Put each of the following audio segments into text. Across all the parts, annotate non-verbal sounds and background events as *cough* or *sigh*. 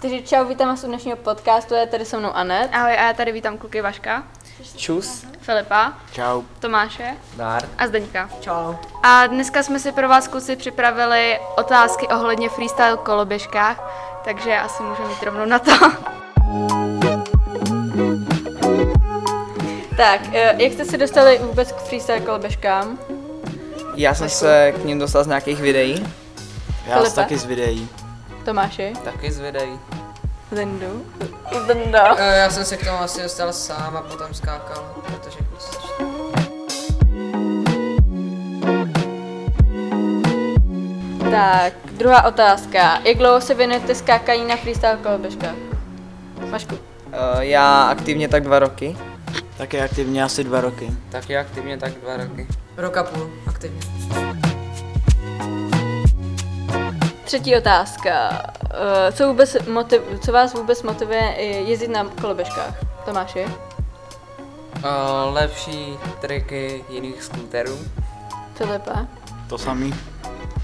Takže čau, vítám vás u dnešního podcastu, je tady se mnou Anet. Ahoj, a já tady vítám kluky Vaška, Čus. Filipa, Čau. Tomáše Dár. a Zdeňka. Čau. A dneska jsme si pro vás kluci připravili otázky ohledně freestyle koloběžkách, takže asi můžeme jít rovnou na to. *laughs* Tak, eh, jak jste se dostali vůbec k freestyle koloběžkám? Já jsem se k ním dostal z nějakých videí. Já Filipe? jsem taky z videí. Tomáši? Taky z videí. Zendu? Zenda. Eh, Já jsem se k tomu asi dostal sám a potom skákal, protože Tak, druhá otázka. Jak dlouho se věnujete skákaní na freestyle koloběžkách? Vašku. uh, Já aktivně tak dva roky. Taky aktivně asi dva roky. Taky aktivně tak dva roky. Rok a půl, aktivně. Třetí otázka. Eh, Co, vůbec motiv, co vás vůbec motivuje eh, jezdit na koloběžkách? Tomáši? Eh, Uh, lepší triky jiných skuterů. Filipa? To samý.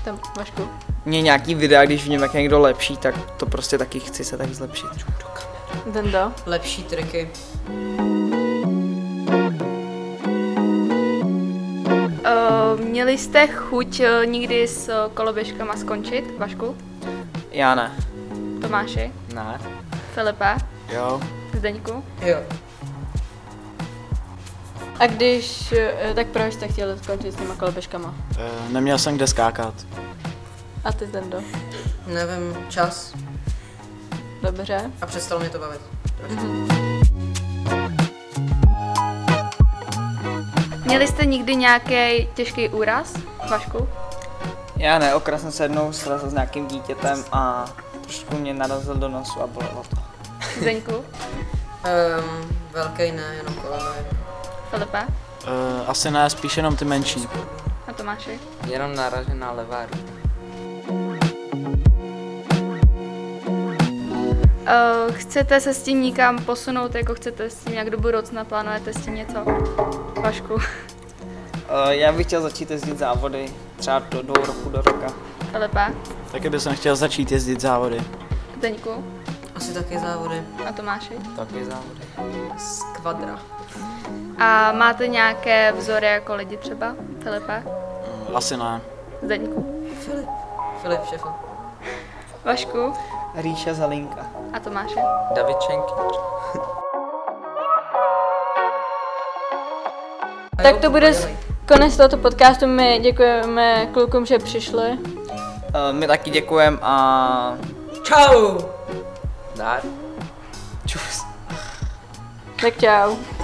Tam, Vašku? Mě nějaký videa, když v něm jak někdo lepší, tak to prostě taky chci se taky zlepšit. Dendo? Lepší triky. Uh, měli jste chuť eh, někdy s eh, koloběžkama skončit, Vašku, Já ne. Tomáši, Ne. Filipa, Jo. Zdeňku? Jo. A když, eh, tak proč jste chtěli skončit s těma koloběžkama? E, neměl jsem kde skákat. A ty Dendo? Nevím, čas Dobře. a přestalo mě to bavit. Měli jste někdy nějaký těžký úraz, Vašku? Já ne, okra jsem se jednou srazil s nějakým dítětem a trošku mě narazil do nosu a bolelo to. Zdeňku, Um, velký ne, jenom koleno jedno. Filipa E, asi ne, spíš jenom ty menší. a Tomáši? Jenom naražená levá ruka. Uh, chcete se s tím nikam posunout, jako chcete s tím jak do budoucna, plánujete s tím něco? Vašku, Uh, Já bych chtěl začít jezdit závody třeba do dvou roku do roka. Filipa, Taky bych chtěl začít jezdit závody. Zdeňku Asi taky závody. a Tomáši. Taky závody. Z kvadra. A máte nějaké vzory jako lidi třeba? Filipa, E, asi ne. Zdeňku, Filip. Filip Šefl. Vašku Ríša Zelinka. a Tomáši. David Šenky. Tak to bude s- konec tohoto podcastu. My děkujeme klukům, že přišli. Uh, My taky děkujeme a Čau! Dár. čus. Tak čau.